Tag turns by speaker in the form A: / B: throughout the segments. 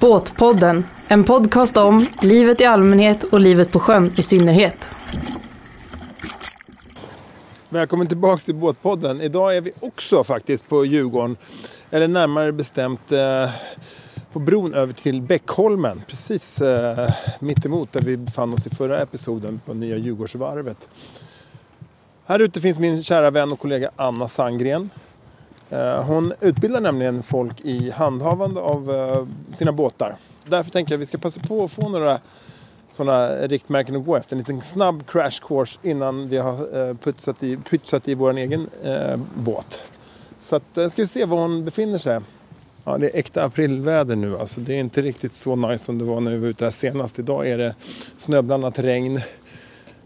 A: Båtpodden, en podcast om livet i allmänhet och livet på sjön i synnerhet.
B: Välkommen tillbaka till Båtpodden. Idag är vi också faktiskt på Djurgården. Eller närmare bestämt eh, på bron över till Bäckholmen. Precis eh, mittemot där vi befann oss i förra episoden på nya Djurgårdsvarvet. Här ute finns min kära vän och kollega Anna Sandgren. Eh, hon utbildar nämligen folk i handhavande av eh, sina båtar. Därför tänker jag att vi ska passa på att få några sådana riktmärken att gå efter. En liten snabb crash course innan vi har eh, putsat i, putsat i vår egen eh, båt. Så att, eh, ska vi se var hon befinner sig. Ja, det är äkta aprilväder nu alltså. Det är inte riktigt så nice som det var när vi var ute här senast. Idag är det snöblandat regn,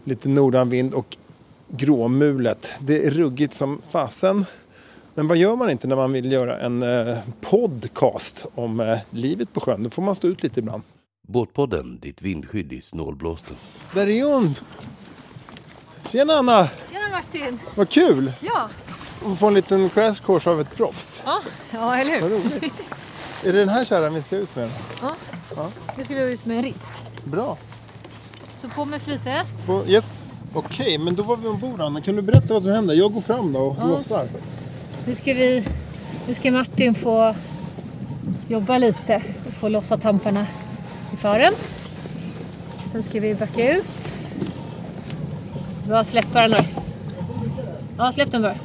B: lite nordanvind och gråmulet. Det är ruggigt som fasen. Men vad gör man inte när man vill göra en eh, podcast om eh, livet på sjön? Då får man stå ut lite ibland.
C: Båtpodden, ditt vindskydd i snålblåsten.
B: Där är hon! Tjena Anna!
D: Tjena Martin!
B: Vad kul!
D: Ja,
B: Att få en liten crash course av ett proffs.
D: ja, ja eller
B: Vad
D: hur?
B: roligt! är det den här kärran vi ska ut med?
D: Ja. Nu ska vi ut med en ribb.
B: Bra!
D: Så på med flytväst.
B: På, yes! Okej, men då var vi ombord Anna. Kan du berätta vad som hände? Jag går fram då och
D: Ja.
B: blåsar.
D: Nu ska, vi, nu ska Martin få jobba lite och få lossa tamparna i fören. Sen ska vi backa ut. Bara släpp bara nu. Ja, släpp den bara.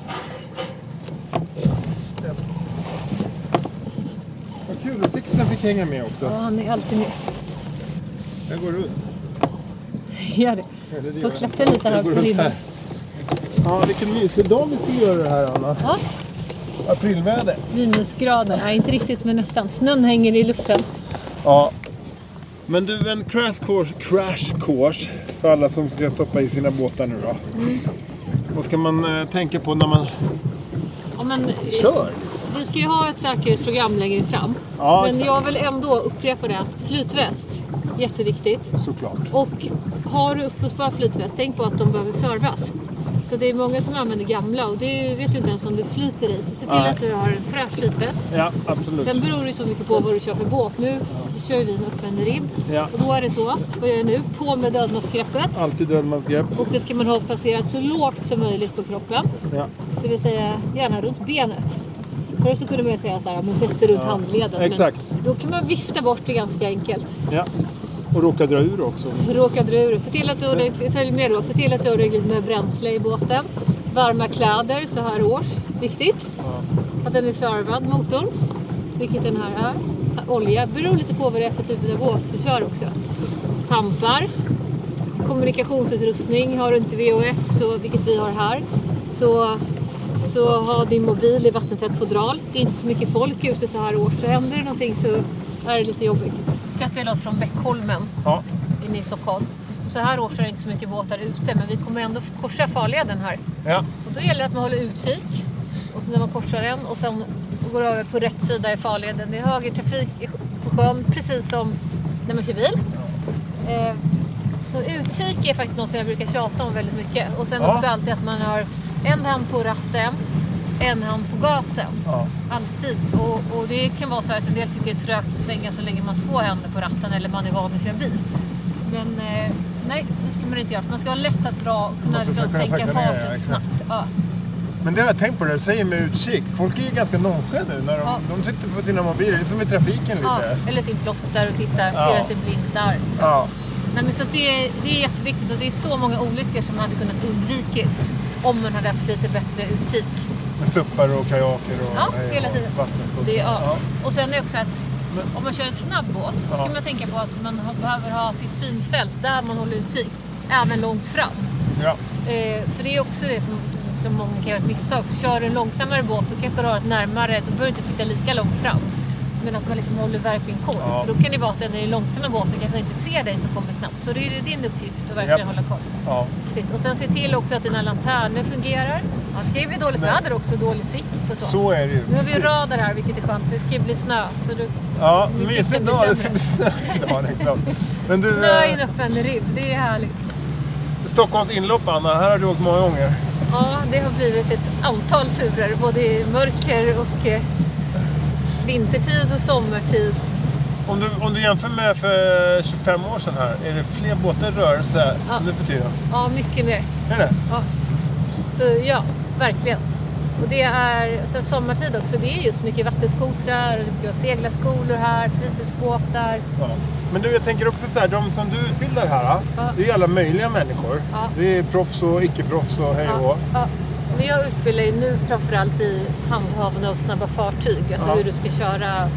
B: Vad kul! Och Sixten fick hänga med också.
D: Ja, han är alltid med.
B: Jag går runt.
D: Gör det.
B: Eller det
D: Får
B: gör jag
D: klättra lite här
B: Jag går
D: på
B: runt
D: ribban.
B: Ja, vilken mysig dag vi ska göra det här Anna.
D: Ja,
B: Aprilväder.
D: minusgrader. Nej, inte riktigt men nästan. Snön hänger i luften.
B: Ja. Men du, en crash course, crash course för alla som ska stoppa i sina båtar nu då. Vad ska man eh, tänka på när man
D: Ja, men,
B: kör?
D: Vi ska ju ha ett säkerhetsprogram längre fram.
B: Ja,
D: men
B: exakt.
D: jag vill ändå upprepa det att flytväst, jätteviktigt.
B: Såklart.
D: Och har du uppblåsbar flytväst, tänk på att de behöver servas. Så det är många som använder gamla och det vet du inte ens om det flyter i. Så se till
B: Nej.
D: att du har en fräsch flytväst.
B: Ja, absolut.
D: Sen beror det ju så mycket på vad du kör för båt. Nu kör vi en öppen ribb
B: Ja.
D: och då är det så. Vad gör jag nu? På med dödmaskgreppet.
B: Alltid dödmansgrepp.
D: Och det ska man ha placerat så lågt som möjligt på kroppen.
B: Ja.
D: Det vill säga gärna runt benet. Förr så kunde man ju säga så här, men sätt det runt handleden.
B: exakt.
D: Men då kan man vifta bort det ganska enkelt.
B: ja. Och råka dra ur också.
D: Råka dra ur. Se till att du har ordentligt- sälj med då. Se till att du har ordentligt med bränsle i båten. Varma kläder så här års. Viktigt. Att den är servad, motorn. Vilket den här är. Ta- Olja. Beror lite på vad det är för typ av båt du kör också. Tampar. Kommunikationsutrustning. Har du inte VHF, så, vilket vi har här, så, så ha din mobil i vattentätt fodral. Det är inte så mycket folk ute så här års. Så händer det någonting så är det lite jobbigt. Så kastar vi loss från Bäckholmen
B: Ja.
D: inne i Stockholm. Så här års är det inte så mycket båtar ute men vi kommer ändå korsa farleden här.
B: Ja.
D: Och då gäller det att man håller utkik och sen när man korsar den och sen går över på rätt sida i farleden. Det är höger trafik i- på sjön precis som när man kör bil. Eh, Så utkik är faktiskt något som jag brukar tjata om väldigt mycket. Och sen
B: Ja.
D: också alltid att man har en hand på ratten, en hand på gasen.
B: ja.
D: Alltid. Och, och det kan vara så att en del tycker det är trögt att svänga så länge man har två händer på ratten eller man är van att köra bil. Men eh, nej, det ska man inte göra. för Man ska ha lätt att dra och kunna
B: Måste
D: liksom,
B: kunna
D: sänka
B: sakta ner, ja,
D: farten
B: exakt.
D: snabbt. Ja.
B: Men det har jag tänkt på det du säger med utkik. Folk är ju ganska nonchaliga nu. När de,
D: Ja.
B: de sitter på sina mobiler. Det är som i trafiken
D: Ja.
B: lite.
D: Eller sin blottar och tittar,
B: Ja.
D: stirrar sig blind där. Liksom.
B: Ja.
D: Nej, men så att det, är- det är jätteviktigt och det är så många olyckor som hade kunnat undvikits om man hade haft lite bättre utkik.
B: Med suppar och kajaker och,
D: Ja, hela tiden.
B: och vattenskotrar.
D: Det, ja.
B: Ja.
D: Och sen är också att om man kör en snabb båt så ska
B: Ja.
D: man tänka på att man har- behöver ha sitt synfält där man håller utkik, även långt fram.
B: Ja.
D: Eh, för det är också det som, som många kan göra ett misstag. För kör du en långsammare båt då kanske du har ett närmare, då behöver du inte titta lika långt fram. Men att man liksom håller verkligen koll.
B: Ja.
D: För då kan det vara att den i den långsamma båten kanske inte ser dig som kommer snabbt. Så det är din uppgift att verkligen
B: Japp.
D: hålla koll.
B: ja.
D: Viktigt. Och sen se till också att dina lanterner fungerar. Ja, det kan ju bli dåligt
B: Nej.
D: väder också, dålig sikt och så.
B: Så är det ju.
D: Nu har vi
B: Precis.
D: radar här vilket är skönt för det ska ju bli snö. Så du,
B: Ja,
D: Mycket
B: mysig
D: ska
B: dag.
D: bli
B: Det ska
D: sämre.
B: bli snö idag liksom. Men du,
D: snö i en
B: eh,
D: öppen ribb, det är härligt.
B: Stockholms inlopp Anna, här har du åkt många gånger.
D: Ja, det har blivit ett antal turer, både i mörker och eh, vintertid och sommartid.
B: Om du, om du jämför med för 25 år sedan här, är det fler båtar i rörelse
D: Ja.
B: nu för tiden?
D: Ja, mycket mer.
B: Är det?
D: Ja. Så ja, verkligen. Och det är alltså, sommartid också. Det är just mycket vattenskotrar, och vi har seglarskolor här, fritidsbåtar.
B: Ja. Men du, jag tänker också så här, de som du utbildar här,
D: Ja.
B: det är ju alla möjliga människor.
D: Ja.
B: Det är proffs och icke-proffs och hej och hå.
D: Ja, ja. Men jag utbildar ju nu framförallt i handhavande av snabba fartyg. Alltså
B: Ja.
D: hur du ska köra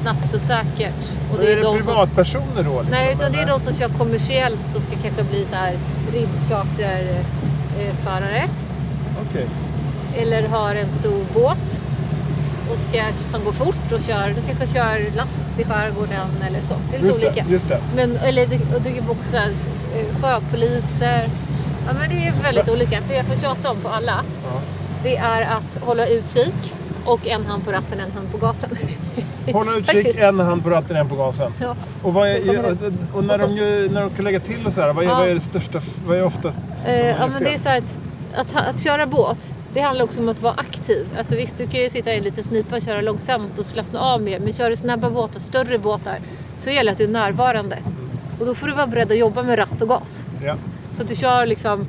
D: snabbt och säkert. Och
B: Men är det
D: de som,
B: privatpersoner då? Liksom,
D: nej, utan det är
B: eller?
D: de som kör kommersiellt som ska kanske bli så här ribbcharterförare.
B: Okej.
D: Eller har en stor båt och ska, som går fort och kör, de kanske kör last i skärgården eller så. Det är lite
B: Just det,
D: olika.
B: just det.
D: Men, eller det, och det är också så här, eh, sjöpoliser. Ja, men det är väldigt olika. Det jag får tjata om på alla
B: Ja.
D: det är att hålla utkik och en hand på ratten, en hand på gasen.
B: Hålla utkik,
D: Faktiskt.
B: en hand på ratten, en på gasen.
D: Ja.
B: Och, vad
D: Då kommer
B: är, och- och när,
D: Och så-
B: de, ju- när de ska lägga till och så här, vad är,
D: Ja.
B: vad är det största, f- vad är oftast som
D: Eh,
B: är
D: ja, men
B: fel?
D: det är så här att, att, ha- att köra båt, det handlar också om att vara aktiv. Alltså visst, du kan ju sitta i en liten snipa och köra långsamt och slappna av mer. Men kör du snabba båtar, större båtar, så gäller det att du är närvarande. Och då får du vara beredd att jobba med ratt och gas.
B: Ja.
D: Så att du kör liksom...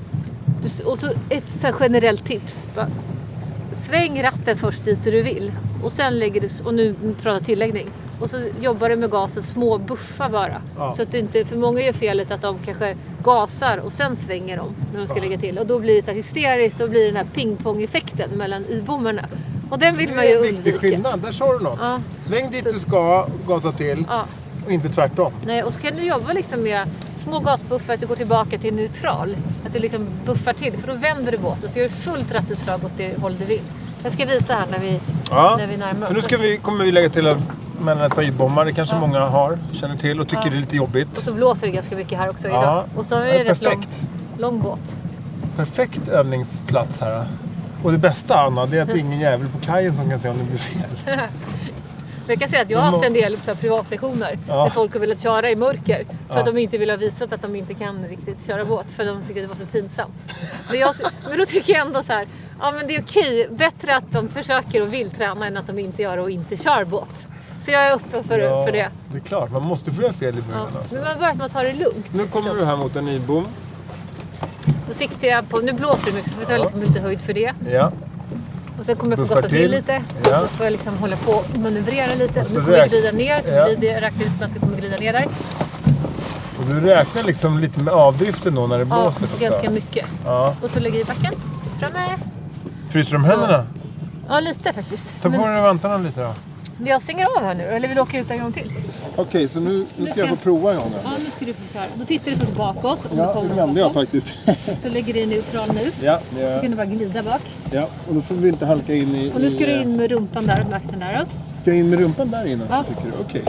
D: Du, och så ett så här generellt tips. Va? S- Sväng ratten först dit du vill. Och sen lägger du... s- Och nu pratar jag tilläggning. Och så jobbar du med gasen, små buffar bara.
B: Ja.
D: Så att du inte... För många gör felet att de kanske gasar och sen svänger de när de ska lägga till. Och då blir det så här hysteriskt och blir den här pingpong-effekten mellan i-bommarna. Och den vill
B: Det
D: man ju
B: är en viktig
D: undvika.
B: skillnad, där sa du något.
D: Ja.
B: Sväng dit
D: Så-
B: du ska, gasa till
D: Ja.
B: och inte tvärtom.
D: Nej, och så kan du jobba liksom med små gasbuffar, att du går tillbaka till neutral. Att du liksom buffar till, för då vänder du båten så gör du fullt rattutslag åt det håll du vill. Jag ska visa här när vi,
B: Ja.
D: när vi närmar oss.
B: För nu ska vi, kommer vi lägga till att mellan ett par ljudbommar, det kanske
D: Ja.
B: många har, känner till och tycker
D: Ja.
B: det är lite jobbigt.
D: Och så blåser det ganska mycket här också
B: Ja.
D: idag. Och så är
B: Ja,
D: det rätt lång,
B: perfekt.
D: lång båt.
B: Perfekt övningsplats här. Och det bästa Anna, det är att det är ingen jävel på kajen som kan se om det blir fel.
D: Men jag kan säga att jag har
B: Men
D: haft
B: må-
D: en del så här privatlektioner
B: Ja.
D: där folk har velat köra i mörker för att
B: Ja.
D: de inte vill ha visat att de inte kan riktigt köra båt för de tycker att det var för pinsamt. Men, jag, men då tycker jag ändå så här, ja men det är okej, bättre att de försöker och vill träna än att de inte gör och inte kör båt. Så jag är öppen för,
B: Ja,
D: för det.
B: Det är klart, man måste få göra fel i början
D: Ja.
B: alltså.
D: Men man börjar med att ta det lugnt.
B: Nu kommer du här mot en ny bom.
D: Då siktar jag på, nu blåser det mycket så får jag ta
B: Ja.
D: liksom lite höjd för det.
B: Ja.
D: Och sen kommer jag få
B: Buffar
D: gasa till
B: till.
D: lite.
B: Ja.
D: Så får jag liksom hålla på och manövrera lite.
B: Och
D: Och
B: så
D: nu kommer jag
B: räk-
D: glida ner. Så
B: Ja.
D: glider jag, räknar ut att jag kommer glida ner där.
B: Och du räknar liksom lite med avdriften då när det
D: Ja,
B: blåser? också.
D: ganska mycket.
B: Ja.
D: Och så lägger jag i backen. Framme.
B: Fryser de händerna?
D: Ja, lite faktiskt.
B: Ta på
D: Men
B: dig vantarna lite då.
D: jag stänger av här nu. Eller vill du åka ut en gång till?
B: Okej, så nu, nu
D: ska jag få
B: prova en gång.
D: Ja, nu ska du få köra. Då tittar du först bakåt. Om du kommer
B: faktiskt.
D: Så lägger du i neutral nu.
B: ja, det gör
D: Så
B: jag.
D: kan du bara glida bak.
B: ja, och då får vi inte halka in i...
D: Och nu ska
B: i,
D: du
B: eh,
D: in med rumpan där och med akten däråt.
B: Ska jag in med rumpan där inne?
D: Ja.
B: Så tycker du? Okej.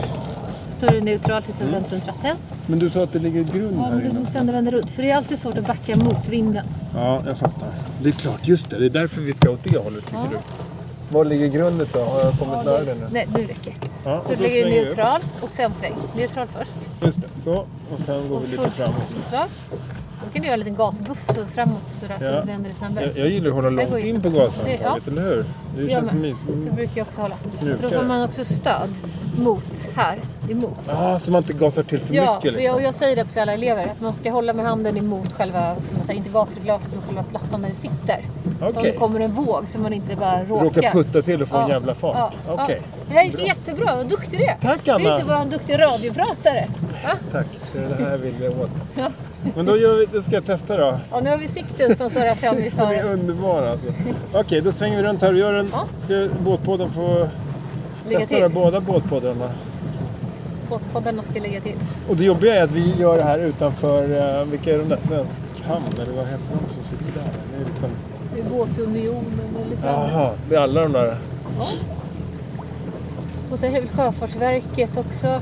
D: Så tar du neutral tills du har vänt runt ratten.
B: Men du sa att det ligger ett grund
D: Ja,
B: här
D: men du
B: inne?
D: måste ändå vända runt. För det är alltid svårt att backa mot vinden.
B: Ja, jag fattar. Det är klart, just det. Det är därför vi ska åt det hållet, tycker
D: Ja.
B: du? Var ligger grundet då? Har jag kommit nära det nu?
D: Nej, nu räcker det.
B: Ja,
D: Så
B: och då
D: du lägger du
B: svänger vi upp.
D: neutral och sen sväng. Neutral först.
B: Just det, så. Och sen går
D: Och
B: vi lite
D: fullt
B: framåt.
D: utslag. Då kan du göra en liten gasbuff så framåt sådär,
B: Ja.
D: så vänder det snabbare.
B: Jag, jag gillar att hålla
D: Jag går
B: långt in
D: inte.
B: på
D: Det- ja.
B: gasantaget, eller hur? Det
D: Jag
B: känns
D: med. Så
B: mysigt.
D: brukar jag också hålla. För då
B: Mjukare.
D: får man också stöd mot här, emot.
B: Ah, så man inte gasar till för
D: Ja,
B: mycket
D: för jag,
B: liksom.
D: och jag säger det också till alla elever att man ska hålla med handen emot själva, vad ska man säga, inte gasreglaget utan själva plattan där det sitter. Okay. Om det
B: Okej.
D: kommer en våg så man inte bara råkar.
B: Råkar putta till och få en
D: Ja,
B: jävla fart.
D: ja,
B: Okej.
D: ja. Det här gick jättebra, vad duktig du är.
B: Tack,
D: Du är
B: Anna.
D: inte bara en duktig radiopratare. Va?
B: Tack, det är det här jag vill jag åt. Men då, gör vi, då ska jag testa då.
D: Ja, nu har vi sikten som står här framme i
B: Den är
D: snöret.
B: underbar alltså. Okej, då svänger vi runt här och gör en...
D: Ja.
B: Ska båtpodden få
D: Lägga
B: testa då,
D: till.
B: båda båtpoddarna?
D: Båtpoddarna ska lägga till.
B: Och det jobbiga är att vi gör det här utanför, eh, vilka är de där, Svensk hamn eller vad heter de som sitter där? Det är liksom...
D: Det är Båtunionen och lite annat.
B: Jaha, det är alla de där.
D: Och sen är det väl Sjöfartsverket också.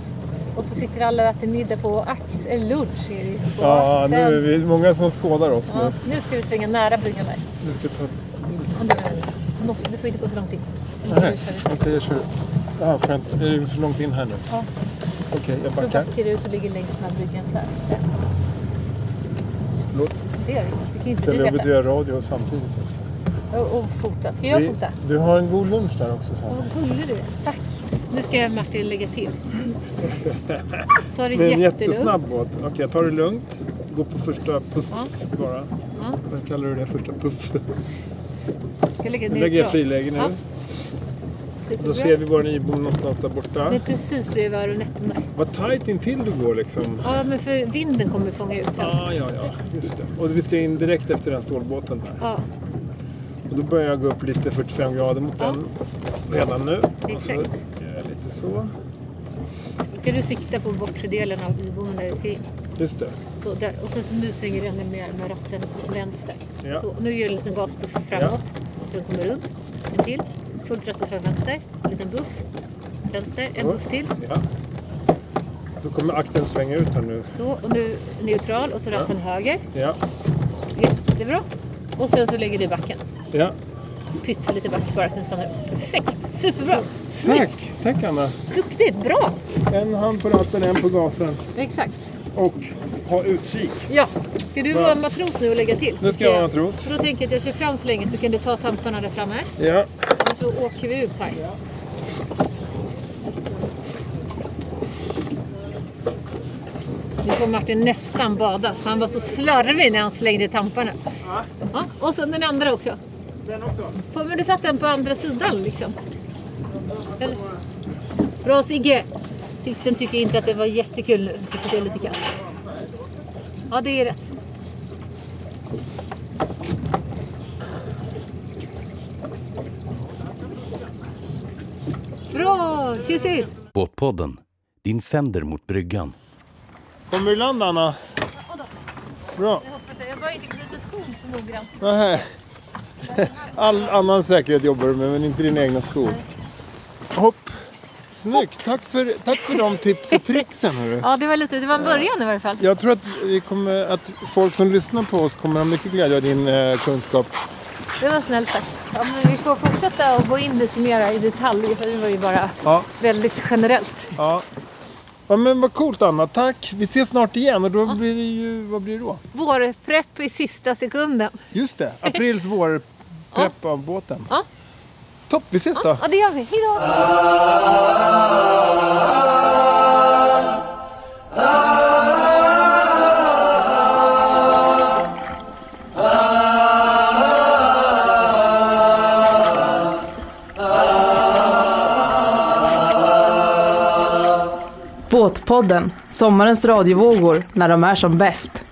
D: Och så sitter alla och äter middag på Ax, eller lunch är det ju på
B: Ja, nu
D: Axel.
B: är vi många som skådar oss
D: Ja,
B: nu.
D: nu ska vi svänga nära bryggan där.
B: Nu ska jag ta...
D: Om du vill. Måste, du får inte gå så långt in. Nu kör
B: Nej,
D: vi.
B: okej jag kör. Ah, skönt. Är det för långt in här nu?
D: Ja.
B: Okej, jag
D: Då
B: backar.
D: backar du ut och ligger längs den här bryggan så här. Ja,
B: Förlåt.
D: Det gör du. Det kan ju inte
B: Det är
D: du
B: jobbigt att
D: veta.
B: göra radio samtidigt.
D: Och, och fota. Ska jag
B: Vi-
D: fota?
B: Du har en god lunch där också sen.
D: Åh, Vad gullig du är. Tack. Nu ska Martin lägga till. Ta det
B: Med en
D: jättelugnt.
B: jättesnabb båt. Okej, jag tar det lugnt. Gå på första puff
D: Ja.
B: bara.
D: Ja.
B: Vad kallar du det? Första puff?
D: Ska lägga
B: Nu
D: ner
B: lägger jag
D: tråd.
B: friläge nu.
D: Ja.
B: Då ser vi vår nybom någonstans där borta.
D: Det är precis bredvid aronetten där.
B: Vad tajt intill du går liksom.
D: Ja, men för vinden kommer fånga ut sen.
B: Ah, ja, ja, just det. Och vi ska in direkt efter den stålbåten där.
D: Ja,
B: Och då börjar jag gå upp lite 45 grader mot
D: Ja.
B: den redan nu. Och så
D: Exakt.
B: gör jag lite så.
D: då ska du sikta på bortre delen av bybommen där vi ska in.
B: Just det.
D: Så där. Och sen så nu svänger den ner med ratten åt vänster.
B: Ja.
D: Så nu gör du en liten gaspuff framåt. Så den kommer runt. En till. Fullt ratten från vänster. En liten buff. Vänster. En
B: Ja.
D: buff till.
B: Ja. Så kommer akten svänga ut här nu.
D: Så. Och nu neutral och så ratten höger.
B: Ja,
D: Jättebra. Och sen så lägger du i backen.
B: ja.
D: Pyttelite back bara så den stannar upp. Perfekt. Superbra. Snyggt.
B: Tack! Tack Anna!
D: Duktigt. Bra.
B: En hand på ratten, en på gasen.
D: Exakt.
B: Och ha utkik.
D: Ja. Ska du
B: Bra.
D: vara matros nu och lägga till?
B: Nu ska jag vara matros.
D: För då tänker jag att jag kör fram så länge så kan du ta tamparna där framme.
B: Ja.
D: Och så åker vi ut här. Nu får Martin nästan bada, för han var så slarvig när han slängde tamparna. Ja, och så den andra också. Den också? Men du satt den på andra sidan liksom. Eller? Bra Sigge! Sixten tycker inte att det var jättekul nu. Han Tycker det är lite kallt. Ja, det är rätt. Bra! Tjusigt!
C: Båtpodden, din fender mot bryggan.
B: Kommer du i land Anna? Bra.
D: Jag hoppas jag. Jag bara inte knyter skon så noggrant.
B: Nähä. All annan säkerhet jobbar du med, men inte dina egna skor. Hopp. Snyggt. Tack för, tack för de tips och tricksen. Hörru.
D: Ja, det var lite. Det var en början i varje fall.
B: Jag tror att, vi kommer, att folk som lyssnar på oss kommer ha mycket glädje av din eh, kunskap.
D: Det var snällt sagt. Ja, men vi får fortsätta och gå in lite mer i detalj. För det var ju bara
B: Ja.
D: väldigt generellt.
B: ja. ja men vad coolt Anna. Tack. Vi ses snart igen och då blir det ju, vad blir det då?
D: Vårprepp i sista sekunden.
B: Just det, aprils vårprepp av båten.
D: Ja.
B: Topp, vi ses då.
D: Ja, det gör vi. Hej då!
A: Båtpodden, sommarens radiovågor när de är som bäst.